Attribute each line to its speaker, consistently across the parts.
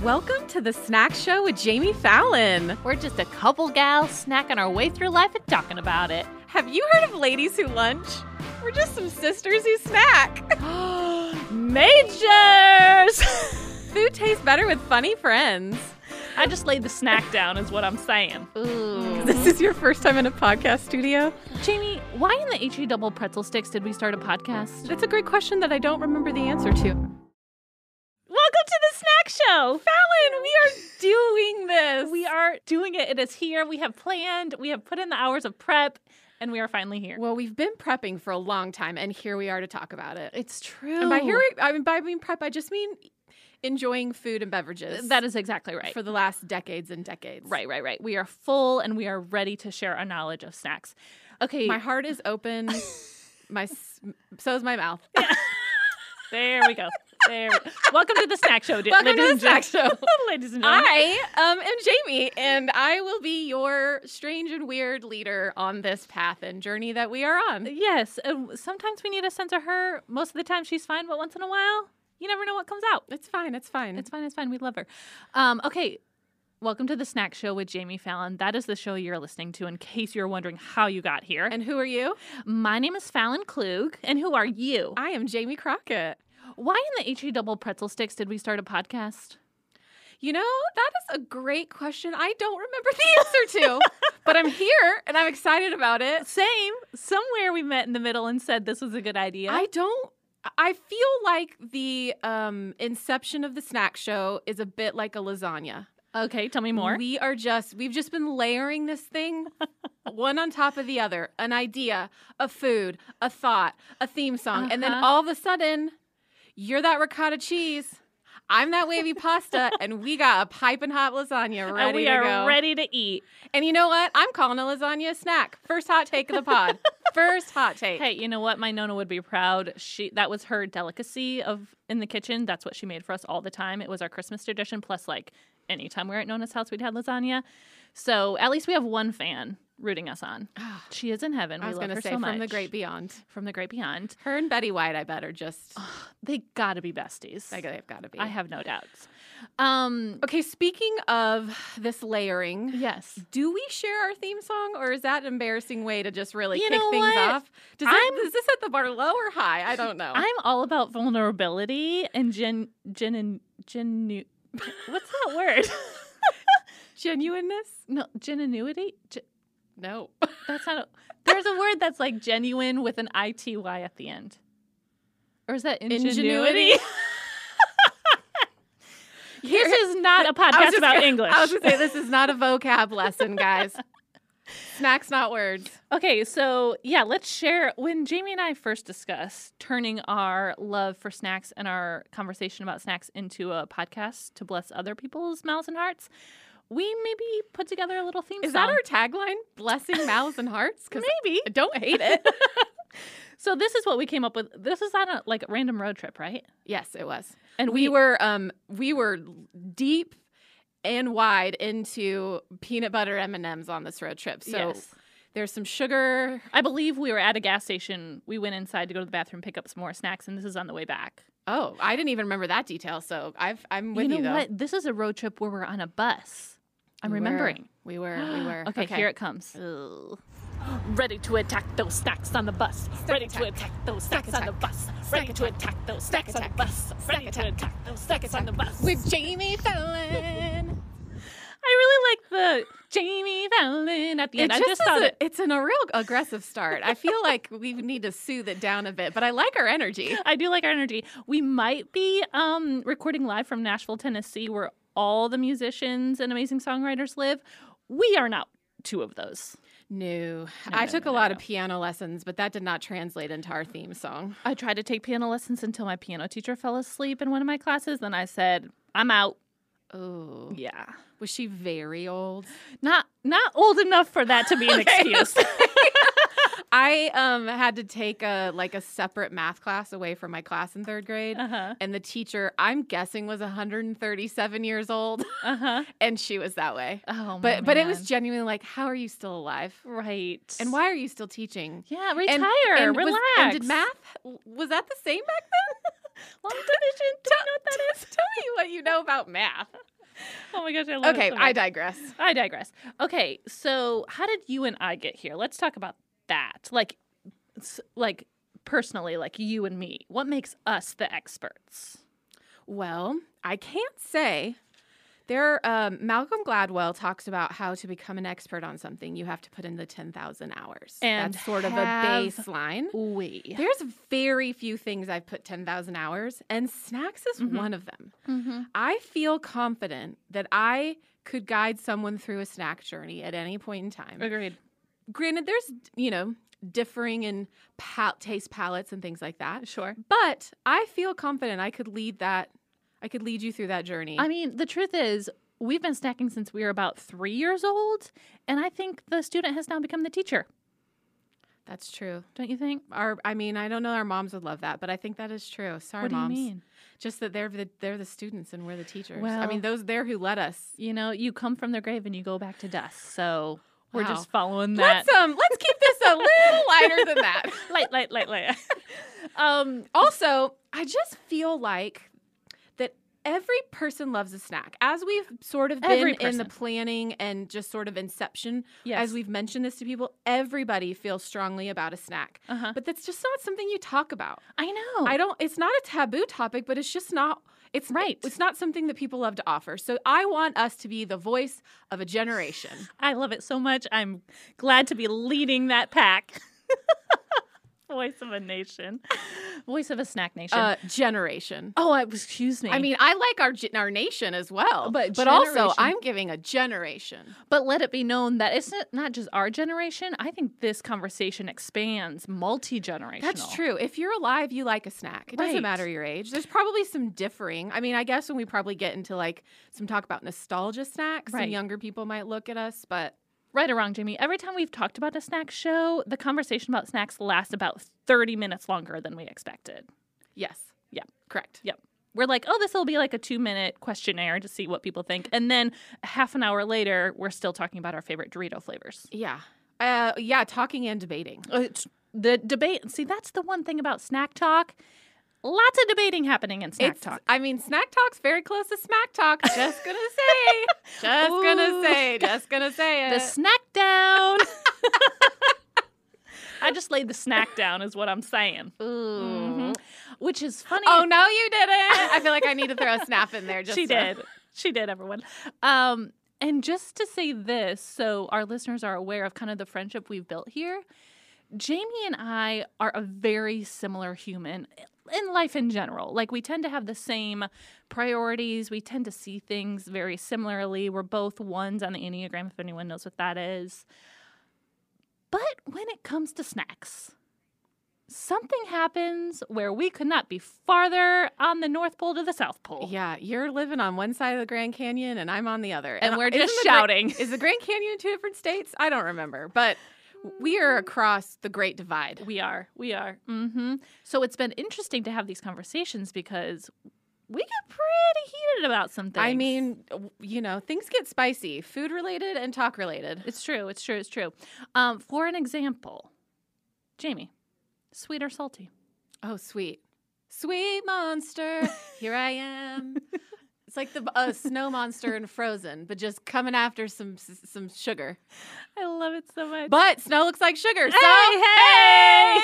Speaker 1: Welcome to the Snack Show with Jamie Fallon.
Speaker 2: We're just a couple gals snacking our way through life and talking about it.
Speaker 1: Have you heard of ladies who lunch? We're just some sisters who snack.
Speaker 2: Majors!
Speaker 1: Food tastes better with funny friends.
Speaker 3: I just laid the snack down, is what I'm saying.
Speaker 2: Ooh.
Speaker 1: This is your first time in a podcast studio?
Speaker 2: Jamie, why in the HE double pretzel sticks did we start a podcast?
Speaker 1: That's a great question that I don't remember the answer to. Fallon,
Speaker 3: Welcome to the snack show.
Speaker 1: we are doing this.
Speaker 3: We are doing it. It is here. We have planned. We have put in the hours of prep, and we are finally here.
Speaker 1: Well, we've been prepping for a long time, and here we are to talk about it.
Speaker 2: It's true.
Speaker 1: And by here, we, I mean by being prep, I just mean enjoying food and beverages.
Speaker 3: That is exactly right.
Speaker 1: for the last decades and decades.
Speaker 3: right, right, right. We are full, and we are ready to share our knowledge of snacks. Okay,
Speaker 1: My heart is open. my s- so is my mouth.
Speaker 3: there we go. There. we go. Welcome to the snack show, di-
Speaker 1: Welcome to
Speaker 3: ladies
Speaker 1: the
Speaker 3: and
Speaker 1: snack
Speaker 3: gen- ladies and gentlemen.
Speaker 1: I um, am Jamie, and I will be your strange and weird leader on this path and journey that we are on.
Speaker 3: Yes, uh, sometimes we need a sense of her. Most of the time, she's fine, but once in a while, you never know what comes out.
Speaker 1: It's fine. It's fine.
Speaker 3: It's fine. It's fine. We love her. Um, okay. Welcome to the Snack Show with Jamie Fallon. That is the show you're listening to, in case you're wondering how you got here. And
Speaker 1: and who are you?
Speaker 3: my name is Fallon Klug. And who are you?
Speaker 1: I am Jamie Crockett.
Speaker 3: Why in the HE double pretzel sticks did we start a podcast?
Speaker 1: You know, that is a great question. I don't remember the answer to, but I'm here and I'm excited about it.
Speaker 3: Same. Somewhere we met in the middle and said this was a good idea.
Speaker 1: I don't. I feel like the um, inception of the snack show is a bit like a lasagna.
Speaker 3: okay, tell me more.
Speaker 1: We are just, we've just been layering this thing one on top of the other an idea, a food, a thought, a theme song. And then
Speaker 3: Uh-huh.
Speaker 1: all of a sudden, you're that ricotta cheese. I'm that wavy pasta, and we got a piping hot lasagna ready
Speaker 3: and we
Speaker 1: to
Speaker 3: are
Speaker 1: go.
Speaker 3: ready to eat.
Speaker 1: And you know what? I'm calling a lasagna a snack. First hot take of the pod. First hot take.
Speaker 3: Hey, you know what? My Nona would be proud. She that was her delicacy of in the kitchen. That's what she made for us all the time. It was our Christmas tradition. Plus, like anytime we were at Nona's house, we'd had lasagna. So at least we have one fan rooting us on.
Speaker 1: Ah,
Speaker 3: She is in heaven.
Speaker 1: I
Speaker 3: we
Speaker 1: was
Speaker 3: love
Speaker 1: going to
Speaker 3: her
Speaker 1: say
Speaker 3: so
Speaker 1: from the
Speaker 3: much.
Speaker 1: great beyond.
Speaker 3: from the great beyond.
Speaker 1: Her and Betty White, I bet, are just.
Speaker 3: They gotta be besties.
Speaker 1: I they've got to be.
Speaker 3: I have no doubts. Um.
Speaker 1: Okay, speaking of this layering,
Speaker 3: Yes.
Speaker 1: do we share our theme song, or is that an embarrassing way to just really
Speaker 3: You
Speaker 1: kick
Speaker 3: know
Speaker 1: things
Speaker 3: what?
Speaker 1: off? Does
Speaker 3: I'm-
Speaker 1: it, is this at the bar low or high? I don't know.
Speaker 3: I'm all about vulnerability and gen gen and genu- What's that word?
Speaker 1: Genuineness?
Speaker 3: no, genuinity. Gen-
Speaker 1: No.
Speaker 3: That's not. A, there's a word that's like genuine with an ity at the end, or is that ingenuity?
Speaker 1: Ingenuity.
Speaker 3: this
Speaker 1: Here-
Speaker 3: is not a
Speaker 1: I was
Speaker 3: podcast
Speaker 1: just
Speaker 3: about
Speaker 1: gonna-
Speaker 3: English.
Speaker 1: I was going to say, this is not a vocab lesson, guys. Snacks, not words.
Speaker 3: okay, so yeah, let's share. When Jamie and I first discussed turning our love for snacks and our conversation about snacks into a podcast to bless other people's mouths and hearts, we maybe put together a little theme
Speaker 1: Is
Speaker 3: song.
Speaker 1: that our tagline? Blessing mouths and hearts? Because
Speaker 3: maybe?
Speaker 1: I don't hate it.
Speaker 3: So this is what we came up with. This is on a like random road trip, right?
Speaker 1: yes, it was.
Speaker 3: And
Speaker 1: we were um we were deep and wide into peanut butter M&Ms on this road trip. So
Speaker 3: Yes.
Speaker 1: there's some sugar.
Speaker 3: I believe we were at a gas station. We went inside to go to the bathroom, pick up some more snacks, and this is on the way back.
Speaker 1: Oh, I didn't even remember that detail. So I've I'm with you,
Speaker 3: know
Speaker 1: though.
Speaker 3: what? This is a road trip where we're on a bus. I'm
Speaker 1: We were.
Speaker 3: remembering.
Speaker 1: We were we were.
Speaker 3: okay, here it comes. Ready to attack those snacks on the bus. Ready to attack those snacks on the bus. Ready to attack those snacks on the bus. Ready to attack those snacks on the bus.
Speaker 1: With Jamie Fallon.
Speaker 3: I really like the Jamie Fallon at the
Speaker 1: It
Speaker 3: end.
Speaker 1: just
Speaker 3: I just
Speaker 1: is
Speaker 3: thought
Speaker 1: a-
Speaker 3: it.
Speaker 1: it's in a real aggressive start. I feel like we need to soothe it down a bit, but I like our energy.
Speaker 3: I do like our energy. We might be um, recording live from Nashville, Tennessee, where all the musicians and amazing songwriters live. We are not two of those.
Speaker 1: No.
Speaker 3: No,
Speaker 1: I
Speaker 3: no,
Speaker 1: took
Speaker 3: no,
Speaker 1: a
Speaker 3: no,
Speaker 1: lot
Speaker 3: no.
Speaker 1: of piano lessons, but that did not translate into our theme song.
Speaker 3: I tried to take piano lessons until my piano teacher fell asleep in one of my classes. Then I said, "I'm out."
Speaker 1: Oh.
Speaker 3: Yeah,
Speaker 1: Was she very old?
Speaker 3: not not old enough for that to be an excuse.
Speaker 1: I um had to take a like a separate math class away from my class in 3rd grade.
Speaker 3: Uh huh.
Speaker 1: And the teacher, I'm guessing, was 137 years old,
Speaker 3: Uh huh.
Speaker 1: and she was that way.
Speaker 3: Oh,
Speaker 1: But but it was
Speaker 3: man.
Speaker 1: genuinely like, how are you still alive?
Speaker 3: right.
Speaker 1: And why are you still teaching?
Speaker 3: Yeah,
Speaker 1: And-
Speaker 3: retire,
Speaker 1: and was-
Speaker 3: relax.
Speaker 1: and did math was that the same back then?
Speaker 3: Long division.
Speaker 1: Tell, tell me what you know about math.
Speaker 3: Oh my gosh, I love
Speaker 1: Okay,
Speaker 3: it. so
Speaker 1: I
Speaker 3: much.
Speaker 1: digress.
Speaker 3: I digress. Okay, so how did you and I get here? Let's talk about that. Like, s- like personally, like you and me. What makes us the experts?
Speaker 1: Well, I can't say. There, um, Malcolm Gladwell talks about how to become an expert on something. You have to put in the ten thousand hours.
Speaker 3: And
Speaker 1: That's sort of a
Speaker 3: have-
Speaker 1: baseline.
Speaker 3: We.
Speaker 1: There's very few things I've put ten thousand hours, and snacks is
Speaker 3: Mhm.
Speaker 1: one of them.
Speaker 3: Mm-hmm.
Speaker 1: I feel confident that I could guide someone through a snack journey at any point in time.
Speaker 3: Agreed.
Speaker 1: Granted, there's you know differing in pal- taste palettes and things like that,
Speaker 3: Sure.
Speaker 1: but I feel confident I could lead that. I could lead you through that journey.
Speaker 3: I mean, the truth is, we've been snacking since we were about three years old, and I think the student has now become the teacher.
Speaker 1: That's true.
Speaker 3: Don't you think?
Speaker 1: Our, I mean, I don't know. Our moms would love that, but I think that is true. Sorry,
Speaker 3: what do
Speaker 1: moms.
Speaker 3: you mean?
Speaker 1: Just that they're the they're the students and we're the teachers. I
Speaker 3: Well-
Speaker 1: mean, those they're who led us.
Speaker 3: You know, you come from the grave and you go back to dust. So we're
Speaker 1: Wow.
Speaker 3: just following that.
Speaker 1: Let's um let's keep this a little lighter than that.
Speaker 3: light, light, light, light. um,
Speaker 1: Also, I just feel like that every person loves a snack. As we've sort of been
Speaker 3: Every
Speaker 1: in the
Speaker 3: person.
Speaker 1: planning and just sort of inception,
Speaker 3: yes.
Speaker 1: as we've mentioned this to people, everybody feels strongly about a snack.
Speaker 3: uh-huh.
Speaker 1: But that's just not something you talk about.
Speaker 3: I know.
Speaker 1: I don't it's not a taboo topic, but it's just not it's
Speaker 3: Right.
Speaker 1: It's not something that people love to offer. So I want us to be the voice of a generation.
Speaker 3: I love it so much. I'm glad to be leading that pack. Voice of a nation. Voice of a snack nation.
Speaker 1: Uh, generation.
Speaker 3: oh, I, excuse me.
Speaker 1: I mean, I like our gen- our nation as well,
Speaker 3: But
Speaker 1: but also
Speaker 3: generation-
Speaker 1: I'm giving a generation.
Speaker 3: but let it be known that it's not- not just our generation. I think this conversation expands multi generational.
Speaker 1: That's true. If you're alive, you like a snack. It doesn't
Speaker 3: Right.
Speaker 1: matter your age. There's probably some differing. I mean, I guess when we probably get into like some talk about nostalgia snacks,
Speaker 3: Right.
Speaker 1: and younger people might look at us, but
Speaker 3: Right or wrong, Jamie. Every time we've talked about a snack show, the conversation about snacks lasts about 30 minutes longer than we expected.
Speaker 1: yes,
Speaker 3: Yeah.
Speaker 1: correct.
Speaker 3: We're like, oh, this will be like a two minute questionnaire to see what people think. And then half an hour later, we're still talking about our favorite Dorito flavors.
Speaker 1: Yeah, uh, yeah, talking and debating.
Speaker 3: Uh, It's the debate. See, that's the one thing about snack talk. Lots of debating happening in snack
Speaker 1: It's-
Speaker 3: talk.
Speaker 1: I mean, snack talk's very close to smack talk. Just gonna say, just gonna
Speaker 3: Ooh.
Speaker 1: say, just gonna say it.
Speaker 3: The snack down. I just laid the snack down, is what I'm saying.
Speaker 1: Ooh.
Speaker 3: Mhm. Which is funny.
Speaker 1: Mm-hmm. Oh no, you didn't! I feel like I need to throw a snap in there. Just
Speaker 3: she
Speaker 1: so-
Speaker 3: did. She did, everyone. Um, and just to say this, so our listeners are aware of kind of the friendship we've built here. Jamie and I are a very similar human in life in general. Like we tend to have the same priorities. We tend to see things very similarly. We're both ones on the Enneagram, if anyone knows what that is. But when it comes to snacks, something happens where we could not be farther on the North Pole to the South Pole.
Speaker 1: Yeah, you're living on one side of the Grand Canyon and I'm on the other.
Speaker 3: and we're
Speaker 1: isn't
Speaker 3: just
Speaker 1: the Gra-
Speaker 3: shouting.
Speaker 1: is the Grand Canyon in two different states? I don't remember, but we are across the Great Divide.
Speaker 3: we are, we are. hmm So it's been interesting to have these conversations because we get pretty heated about some things.
Speaker 1: I mean, w- you know, things get spicy, food related and talk related.
Speaker 3: it's true, it's true, it's true. Um, for an example, Jamie, sweet or salty?
Speaker 1: Oh, sweet. Sweet monster, here I am. It's like the uh, snow monster in Frozen, but just coming after some s- some sugar.
Speaker 3: I love it so much.
Speaker 1: But snow looks like sugar, so
Speaker 3: hey, hey!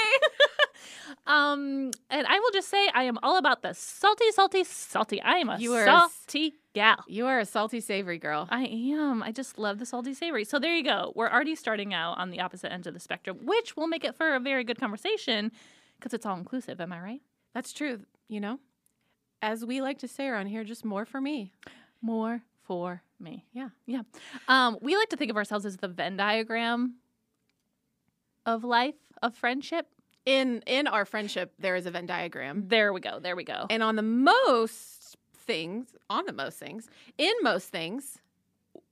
Speaker 3: um, and I will just say I am all about the salty, salty, salty. I am a
Speaker 1: You are a s-
Speaker 3: salty gal.
Speaker 1: you are a salty savory girl.
Speaker 3: I am. I just love the salty savory. So there you go. We're already starting out on the opposite end of the spectrum, which will make it for a very good conversation because it's all inclusive. Am I right?
Speaker 1: That's true, you know. As we like to say around here, just more for me.
Speaker 3: More for me.
Speaker 1: Yeah.
Speaker 3: Yeah. Um, we like to think of ourselves as the Venn diagram of life, of friendship.
Speaker 1: In in our friendship, there is a Venn diagram.
Speaker 3: There we go. There we go.
Speaker 1: And on the most things, on the most things, in most things,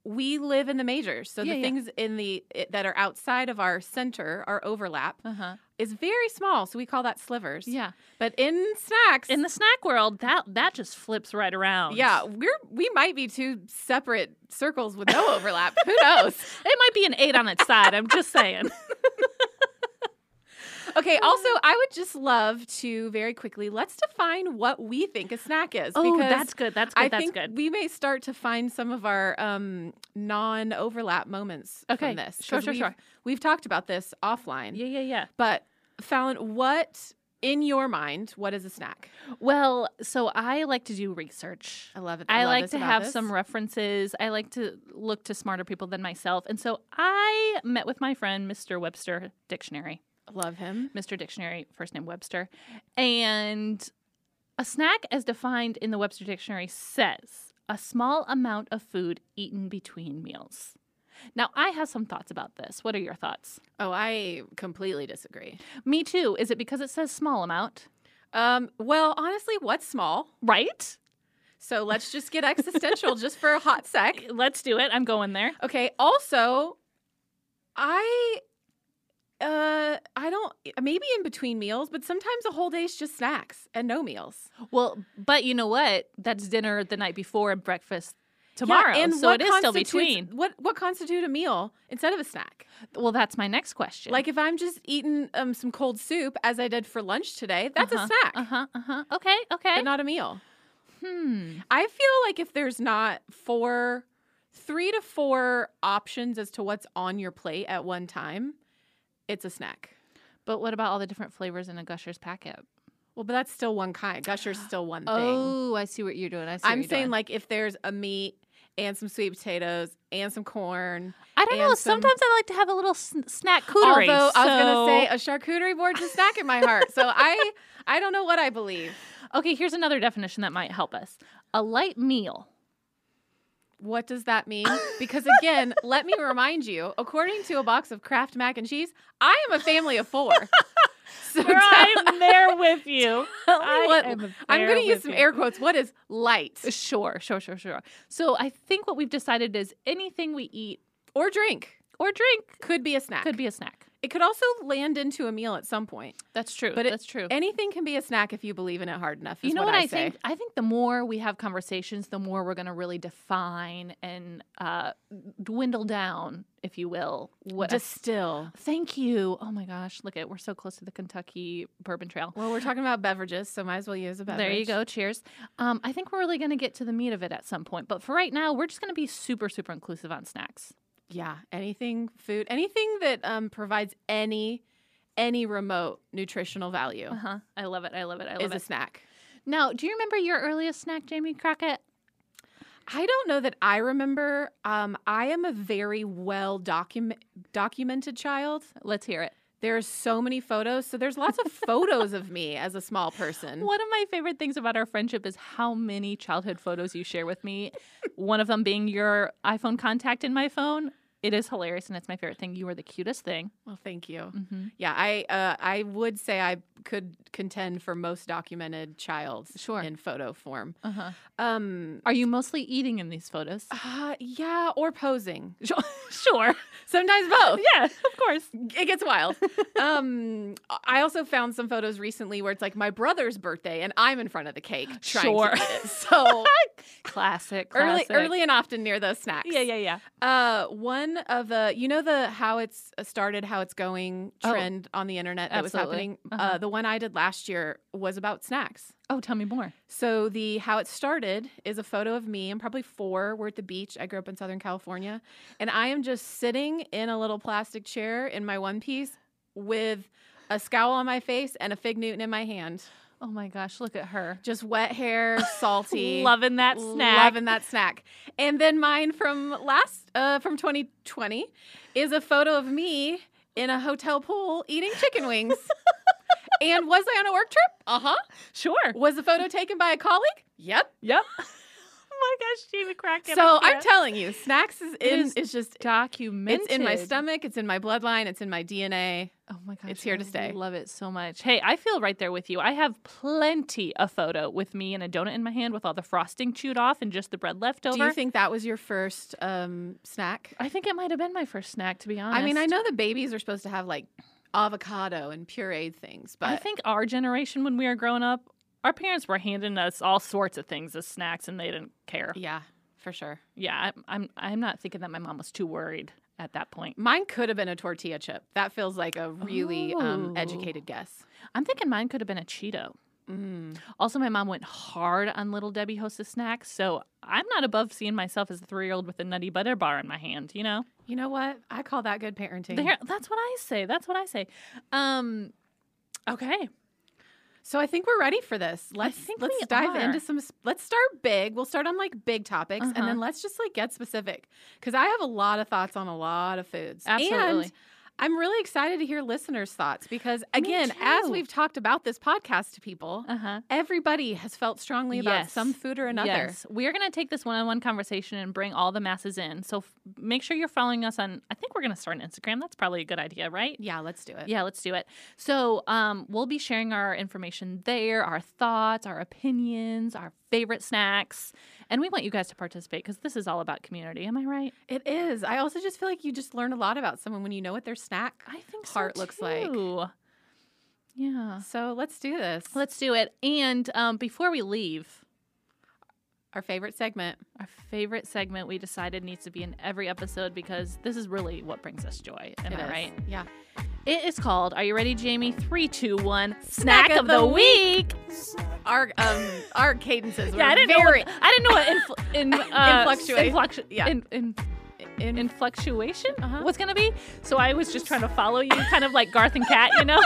Speaker 1: we live in the majors. So
Speaker 3: Yeah,
Speaker 1: the
Speaker 3: yeah.
Speaker 1: things in the i- that are outside of our center, our overlap,
Speaker 3: Uh huh.
Speaker 1: is very small. So we call that slivers.
Speaker 3: Yeah.
Speaker 1: But in snacks,
Speaker 3: In the snack world, that that just flips right around.
Speaker 1: yeah, we're we might be two separate circles with no overlap. Who knows?
Speaker 3: It might be an eight on its side. I'm just saying.
Speaker 1: Okay, also, I would just love to very quickly let's define what we think a snack is.
Speaker 3: Oh,
Speaker 1: because
Speaker 3: that's good. That's good.
Speaker 1: I
Speaker 3: that's
Speaker 1: think
Speaker 3: good.
Speaker 1: we may start to find some of our um, non overlap moments
Speaker 3: Okay,
Speaker 1: from this.
Speaker 3: sure,
Speaker 1: 'cause
Speaker 3: sure,
Speaker 1: we've,
Speaker 3: sure.
Speaker 1: We've talked about this offline.
Speaker 3: yeah, yeah, yeah.
Speaker 1: But, Fallon, what, in your mind, what is a snack?
Speaker 3: Well, so I like to do research.
Speaker 1: Oh, I love it.
Speaker 3: I,
Speaker 1: love
Speaker 3: like
Speaker 1: this
Speaker 3: to
Speaker 1: about
Speaker 3: have
Speaker 1: this.
Speaker 3: some references. I like to look to smarter people than myself. And so I met with my friend, Mr. Webster Dictionary.
Speaker 1: Love him.
Speaker 3: Mr. Dictionary, first name Webster. And a snack, as defined in the Webster Dictionary, says a small amount of food eaten between meals. Now, I have some thoughts about this. What are your thoughts?
Speaker 1: Oh, I completely disagree.
Speaker 3: Me too. Is it because it says small amount?
Speaker 1: Um, well, honestly, what's small?
Speaker 3: Right?
Speaker 1: So let's just get existential just for a hot sec.
Speaker 3: Let's do it. I'm going there.
Speaker 1: Okay. Also, I uh I don't maybe in between meals, but sometimes a whole day's just snacks and no meals.
Speaker 3: Well, but you know what? That's dinner the night before and breakfast tomorrow.
Speaker 1: Yeah, and
Speaker 3: so
Speaker 1: what
Speaker 3: it is still
Speaker 1: constitutes-
Speaker 3: between.
Speaker 1: What what constitute a meal instead of a snack?
Speaker 3: Well, that's my next question.
Speaker 1: Like if I'm just eating um some cold soup as I did for lunch today, that's a snack,
Speaker 3: Uh huh. Uh huh. Okay. Okay.
Speaker 1: but not a meal.
Speaker 3: hmm.
Speaker 1: I feel like if there's not four, three to four options as to what's on your plate at one time, it's a snack.
Speaker 3: But what about all the different flavors in a Gushers packet?
Speaker 1: Well, but that's still one kind. Gusher's still one thing.
Speaker 3: Oh, I see what you're doing. I see. what
Speaker 1: I'm
Speaker 3: you're
Speaker 1: saying
Speaker 3: doing.
Speaker 1: like if there's a meat and some sweet potatoes and some corn.
Speaker 3: I don't know.
Speaker 1: and some-
Speaker 3: Sometimes I like to have a little sn- snack cootery.
Speaker 1: Although I
Speaker 3: so-
Speaker 1: was gonna say a charcuterie board's a snack in my heart. So I I don't know what I believe.
Speaker 3: okay, here's another definition that might help us: a light meal.
Speaker 1: What does that mean? Because again, let me remind you, according to a box of Kraft mac and cheese, I am a family of four. So tell-
Speaker 3: I'm there with you. I
Speaker 1: what-
Speaker 3: am
Speaker 1: I'm
Speaker 3: there
Speaker 1: gonna use
Speaker 3: with
Speaker 1: some
Speaker 3: you.
Speaker 1: air quotes. What is light
Speaker 3: Uh, Sure, sure, sure, sure. So I think what we've decided is anything we eat
Speaker 1: or drink
Speaker 3: or drink
Speaker 1: could be a snack.
Speaker 3: could be a snack.
Speaker 1: It could also land into a meal at some point.
Speaker 3: That's true.
Speaker 1: But it-
Speaker 3: that's true.
Speaker 1: Anything can be a snack if you believe in it hard enough. Is
Speaker 3: you know what,
Speaker 1: I,
Speaker 3: I
Speaker 1: say.
Speaker 3: think? I think the more we have conversations, the more we're going to really define and uh, dwindle down, if you will, what. a-
Speaker 1: Distill.
Speaker 3: Thank you. Oh my gosh, look at we're so close to the Kentucky Bourbon Trail.
Speaker 1: Well, we're talking about beverages, so might as well use a beverage.
Speaker 3: There you go. Cheers. Um, I think we're really going to get to the meat of it at some point, but for right now, we're just going to be super, super inclusive on snacks.
Speaker 1: Yeah, anything food, anything that um, provides any any remote nutritional value
Speaker 3: Uh huh. I love it. I love it. I
Speaker 1: is
Speaker 3: love
Speaker 1: a
Speaker 3: it.
Speaker 1: snack.
Speaker 3: Now, do you remember your earliest snack, Jamie Crockett?
Speaker 1: I don't know that I remember. Um, I am a very well document documented child.
Speaker 3: Let's hear it.
Speaker 1: There are so many photos, so there's lots of photos of me as a small person.
Speaker 3: Mm. One of my favorite things about our friendship is how many childhood photos you share with me. One of them being your iPhone contact in my phone. It is hilarious and it's my favorite thing. You are the cutest thing.
Speaker 1: Well, thank you.
Speaker 3: Mm-hmm.
Speaker 1: Yeah, I uh, I would say I could contend for most documented child
Speaker 3: Sure.
Speaker 1: in photo form.
Speaker 3: Uh-huh.
Speaker 1: Um,
Speaker 3: Are you mostly eating in these photos?
Speaker 1: Uh, yeah, or posing.
Speaker 3: sure.
Speaker 1: Sometimes both.
Speaker 3: Yeah, of course.
Speaker 1: It gets wild. um, I also found some photos recently where it's like my brother's birthday and I'm in front of the cake trying
Speaker 3: Sure.
Speaker 1: to eat it. So
Speaker 3: Classic.
Speaker 1: early,
Speaker 3: classic.
Speaker 1: early and often near those snacks.
Speaker 3: Yeah, yeah, yeah.
Speaker 1: Uh, one of the you know the how it's uh, started, how it's going
Speaker 3: Oh,
Speaker 1: trend on the internet that was
Speaker 3: absolutely.
Speaker 1: happening.
Speaker 3: Uh-huh.
Speaker 1: Uh, the one I did last year was about snacks.
Speaker 3: Oh, tell me more.
Speaker 1: So the how it started is a photo of me. I'm probably four. We're at the beach. I grew up in Southern California, and I am just sitting in a little plastic chair in my one piece with a scowl on my face and a fig Newton in my hand.
Speaker 3: Oh my gosh, look at her.
Speaker 1: Just wet hair, salty,
Speaker 3: Loving that snack.
Speaker 1: loving that snack. And then mine from last uh, from 2020 is a photo of me in a hotel pool eating chicken wings. and was I on a work trip? Uh
Speaker 3: Uh-huh.
Speaker 1: huh.
Speaker 3: Sure.
Speaker 1: Was the photo taken by a colleague? Yep.
Speaker 3: Yep. oh my gosh, Jamie Crockett.
Speaker 1: So I'm
Speaker 3: telling
Speaker 1: telling you, snacks is in.
Speaker 3: is
Speaker 1: it's just
Speaker 3: documented.
Speaker 1: it's in my stomach. It's in my bloodline. It's in my DNA.
Speaker 3: Oh my gosh,
Speaker 1: It's here to
Speaker 3: I
Speaker 1: stay.
Speaker 3: Love it so much. Hey, I feel right there with you. I have plenty of photo with me and a donut in my hand with all the frosting chewed off and just the bread left over.
Speaker 1: Do you think that was your first um, snack?
Speaker 3: I think it might have been my first snack, to be honest.
Speaker 1: I mean, I know the babies are supposed to have like avocado and pureed things, but
Speaker 3: I think our generation, when we were growing up, our parents were handing us all sorts of things as snacks, and they didn't care.
Speaker 1: yeah, for sure.
Speaker 3: Yeah, I'm, I'm, I'm not thinking that my mom was too worried. at that point.
Speaker 1: Mine could have been a tortilla chip. That feels like a really um,
Speaker 3: Ooh.
Speaker 1: educated guess.
Speaker 3: I'm thinking mine could have been a Cheeto.
Speaker 1: Mm.
Speaker 3: Also, my mom went hard on Little Debbie Hostess snacks, so I'm not above seeing myself as a three year old with a nutty butter bar in my hand, you know?
Speaker 1: You know what? I call that good parenting.
Speaker 3: There, that's what I say. That's what I say. Um, okay.
Speaker 1: So I think we're ready for this. Let's
Speaker 3: think
Speaker 1: let's
Speaker 3: we
Speaker 1: dive
Speaker 3: are.
Speaker 1: into some. s- Let's start big. We'll start on like big topics,
Speaker 3: Uh-huh.
Speaker 1: and then let's just like get specific because I have a lot of thoughts on a lot of foods.
Speaker 3: Absolutely.
Speaker 1: And I'm really excited to hear listeners' thoughts because again, as
Speaker 3: too.
Speaker 1: we've talked about this podcast to people,
Speaker 3: Uh huh.
Speaker 1: everybody has felt strongly about
Speaker 3: Yes.
Speaker 1: some food or another.
Speaker 3: Yes. We are going to take this one on one conversation and bring all the masses in. So f- make sure you're following us on, I think we're going to start on Instagram. That's probably a good idea, right?
Speaker 1: Yeah, let's do it.
Speaker 3: Yeah, let's do it. So um, we'll be sharing our information there, our thoughts, our opinions, our favorite snacks. And we want you guys to participate because this is all about community. Am I right?
Speaker 1: It is. I also just feel like you just learn a lot about someone when you know what their snack.
Speaker 3: I think
Speaker 1: Heart looks like.
Speaker 3: like. Yeah.
Speaker 1: So let's do this.
Speaker 3: Let's do it. And um, before we leave,
Speaker 1: Our favorite segment.
Speaker 3: Our favorite segment we decided needs to be in every episode because this is really what brings us joy. Am
Speaker 1: It
Speaker 3: I
Speaker 1: is.
Speaker 3: right?
Speaker 1: Yeah.
Speaker 3: It is called, are you ready, Jamie? Three, two, one.
Speaker 1: Snack of the
Speaker 3: week.
Speaker 1: Our um our cadences.
Speaker 3: Yeah,
Speaker 1: were
Speaker 3: I didn't
Speaker 1: very,
Speaker 3: know. What, I didn't know what infl- in, uh,
Speaker 1: Influctuate.
Speaker 3: influctu-
Speaker 1: Yeah.
Speaker 3: In, in,
Speaker 1: in,
Speaker 3: in fluctuation
Speaker 1: Uh-huh.
Speaker 3: was gonna be. So I was just trying to follow you, kind of like Garth and Kat, you know?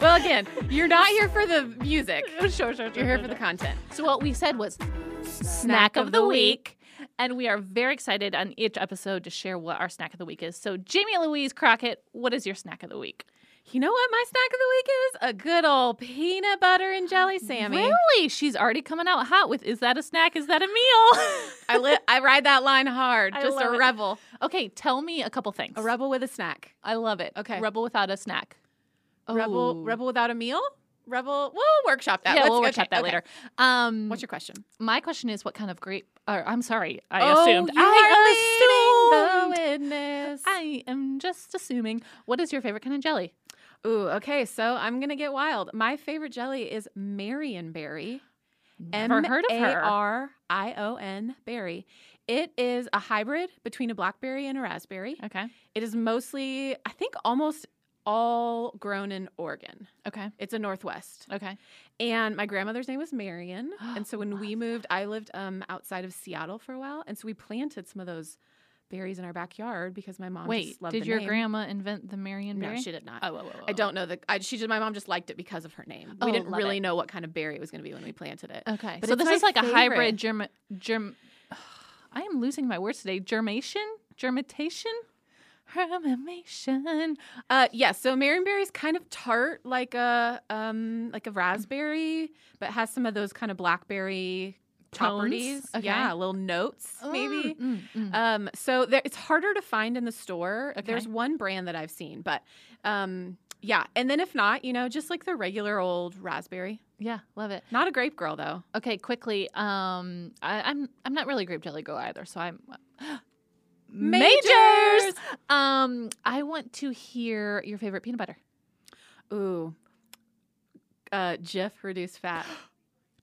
Speaker 1: well, again, you're not here for the music.
Speaker 3: sure, sure, sure.
Speaker 1: You're here
Speaker 3: sure,
Speaker 1: for the
Speaker 3: sure.
Speaker 1: content.
Speaker 3: So what we said was snack of the week. And we are very excited on each episode to share what our snack of the week is. So, Jamie Louise Crockett, what is your snack of the week?
Speaker 1: You know what my snack of the week is? A good old peanut butter and jelly Sammy.
Speaker 3: Really? She's already coming out hot with is that a snack? Is that a meal?
Speaker 1: I li- I ride that line hard.
Speaker 3: I
Speaker 1: Just a
Speaker 3: love it.
Speaker 1: rebel.
Speaker 3: okay, tell me a couple things.
Speaker 1: A rebel with a snack.
Speaker 3: I love it.
Speaker 1: Okay.
Speaker 3: Rebel without a snack.
Speaker 1: Rebel
Speaker 3: Ooh.
Speaker 1: rebel without a meal? Rebel we'll workshop that.
Speaker 3: yeah,
Speaker 1: Let's-
Speaker 3: we'll
Speaker 1: okay,
Speaker 3: workshop that
Speaker 1: okay.
Speaker 3: later. Um,
Speaker 1: What's your question?
Speaker 3: my question is, what kind of grape? Or, I'm sorry, I
Speaker 1: Oh,
Speaker 3: assumed.
Speaker 1: you are
Speaker 3: I assumed.
Speaker 1: leading the witness.
Speaker 3: I am just assuming. What is your favorite kind of jelly?
Speaker 1: Ooh, okay. So I'm gonna get wild. My favorite jelly is Marionberry.
Speaker 3: Never heard of her.
Speaker 1: M-A-R-I-O-N berry. It is a hybrid between a blackberry and a raspberry.
Speaker 3: Okay.
Speaker 1: It is mostly, I think, almost all grown in Oregon.
Speaker 3: Okay.
Speaker 1: It's a Northwest.
Speaker 3: Okay.
Speaker 1: And my grandmother's name was Marion. and so when we
Speaker 3: Love
Speaker 1: moved, I lived um, outside of Seattle for a while. And so we planted some of those berries in our backyard because my mom
Speaker 3: Wait,
Speaker 1: just loved
Speaker 3: did
Speaker 1: the
Speaker 3: your
Speaker 1: name.
Speaker 3: grandma invent the Marion
Speaker 1: No,
Speaker 3: berry?
Speaker 1: she did not.
Speaker 3: oh, whoa, whoa,
Speaker 1: I
Speaker 3: whoa.
Speaker 1: don't know the. I, she just my mom just liked it because of her name. We
Speaker 3: Oh,
Speaker 1: didn't
Speaker 3: love
Speaker 1: really
Speaker 3: it.
Speaker 1: know what kind of berry it was going to be when we planted it.
Speaker 3: Okay.
Speaker 1: But
Speaker 3: so
Speaker 1: it's
Speaker 3: this
Speaker 1: my
Speaker 3: is like a
Speaker 1: favorite.
Speaker 3: hybrid germ germ I am losing my words today. Germation? Germitation? Germination.
Speaker 1: Uh, yeah, so Marionberry is kind of tart, like a um,
Speaker 3: Mm.
Speaker 1: like a raspberry, but has some of those kind of blackberry
Speaker 3: Tones?
Speaker 1: properties.
Speaker 3: Okay.
Speaker 1: Yeah, little notes maybe.
Speaker 3: Mm, mm, mm.
Speaker 1: Um, so there, it's harder to find in the store.
Speaker 3: Okay.
Speaker 1: There's one brand that I've seen, but um, yeah. And then if not, you know, just like the regular old raspberry.
Speaker 3: yeah, love it.
Speaker 1: Not a grape girl though.
Speaker 3: Okay, quickly. Um I, I'm I'm not really a grape jelly girl either, so I'm
Speaker 1: Majors!
Speaker 3: Um I want to hear your favorite peanut butter.
Speaker 1: Ooh, uh, Jif reduced fat.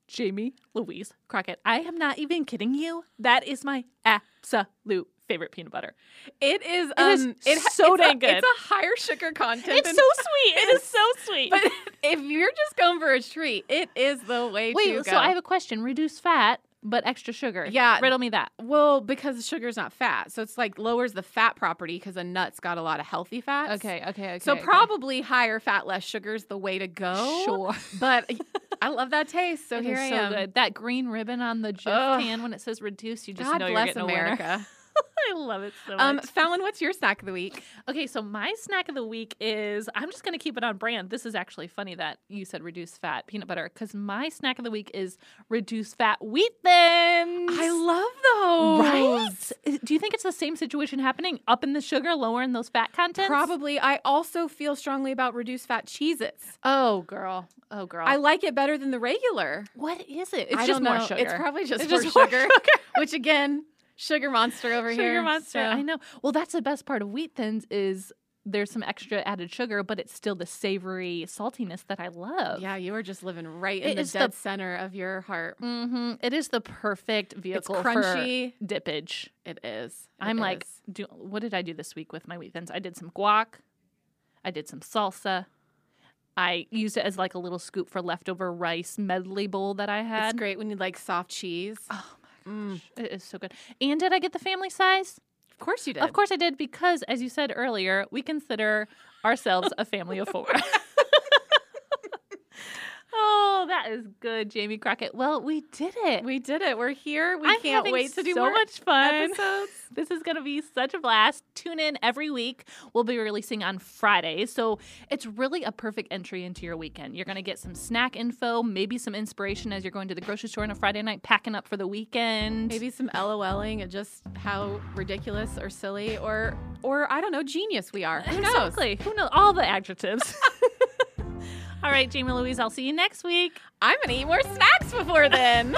Speaker 3: Jamie Louise Crockett. I am not even kidding you. That is my absolute favorite peanut butter.
Speaker 1: It is.
Speaker 3: It
Speaker 1: Um,
Speaker 3: is
Speaker 1: it ha-
Speaker 3: so
Speaker 1: it's
Speaker 3: dang
Speaker 1: a,
Speaker 3: good.
Speaker 1: It's a higher sugar content.
Speaker 3: It's
Speaker 1: than
Speaker 3: so sweet. It is so sweet.
Speaker 1: But if you're just going for a treat, it is the way
Speaker 3: Wait,
Speaker 1: to go.
Speaker 3: so I have a question. Reduce fat, but extra sugar.
Speaker 1: Yeah.
Speaker 3: Riddle me that.
Speaker 1: well, because sugar's not fat, so it's like lowers the fat property because a nut's got a lot of healthy fats.
Speaker 3: Okay, okay, okay.
Speaker 1: So
Speaker 3: okay.
Speaker 1: probably higher fat, less sugar is the way to go.
Speaker 3: Sure.
Speaker 1: But I love that taste, so
Speaker 3: It is
Speaker 1: here I am.
Speaker 3: good. That green ribbon on the Jif
Speaker 1: Ugh.
Speaker 3: can when it says reduce, you just
Speaker 1: God
Speaker 3: know you're
Speaker 1: bless
Speaker 3: getting a
Speaker 1: America.
Speaker 3: winner. I love it so
Speaker 1: Um,
Speaker 3: much.
Speaker 1: Fallon, what's your snack of the week?
Speaker 3: okay, so my snack of the week is I'm just going to keep it on brand. This is actually funny that you said reduce fat peanut butter because my snack of the week is reduce fat wheat thins.
Speaker 1: I love those.
Speaker 3: Right? Is- Do you think it's the same situation happening up in the sugar, lower in those fat contents?
Speaker 1: Probably. I also feel strongly about reduced fat cheeses.
Speaker 3: Oh, girl. Oh, girl.
Speaker 1: I like it better than the regular.
Speaker 3: what is it? It's
Speaker 1: I
Speaker 3: just
Speaker 1: don't
Speaker 3: more
Speaker 1: know.
Speaker 3: sugar.
Speaker 1: It's probably just,
Speaker 3: It's
Speaker 1: more,
Speaker 3: just more
Speaker 1: sugar, which again, sugar monster over
Speaker 3: sugar
Speaker 1: here.
Speaker 3: monster.
Speaker 1: so-
Speaker 3: I know. Well, that's the best part of wheat thins is there's some extra added sugar, but it's still the savory saltiness that I love.
Speaker 1: Yeah, you are just living right
Speaker 3: It
Speaker 1: in the
Speaker 3: is the-
Speaker 1: dead center of your heart.
Speaker 3: hmm It is the perfect
Speaker 1: It's
Speaker 3: vehicle
Speaker 1: crunchy.
Speaker 3: for dippage.
Speaker 1: It is. It
Speaker 3: I'm like,
Speaker 1: is.
Speaker 3: do, what did I do this week with my weekends? I did some guac, I did some salsa. I used it as like a little scoop for leftover rice medley bowl that I had.
Speaker 1: it's great when you like soft cheese.
Speaker 3: Oh my
Speaker 1: Mm.
Speaker 3: gosh, it is so good. And did I get the family size?
Speaker 1: Of course you did.
Speaker 3: Of course I did because, as you said earlier, we consider ourselves a family of four. oh, that is good, Jamie Crockett. Well, we did it.
Speaker 1: We did it. We're here. We
Speaker 3: I'm
Speaker 1: can't
Speaker 3: having
Speaker 1: wait to do
Speaker 3: so
Speaker 1: more
Speaker 3: much fun.
Speaker 1: episodes.
Speaker 3: This is going to be such a blast. Tune in every week. We'll be releasing on Fridays. So it's really a perfect entry into your weekend. You're going to get some snack info, maybe some inspiration as you're going to the grocery store on a Friday night, packing up for the weekend.
Speaker 1: Maybe some LOLing at just how ridiculous or silly or or I don't know genius we are. Who knows?
Speaker 3: Exactly. Who knows? All the adjectives. All right, Jamie Louise, I'll see you next week.
Speaker 1: I'm gonna eat more snacks before then.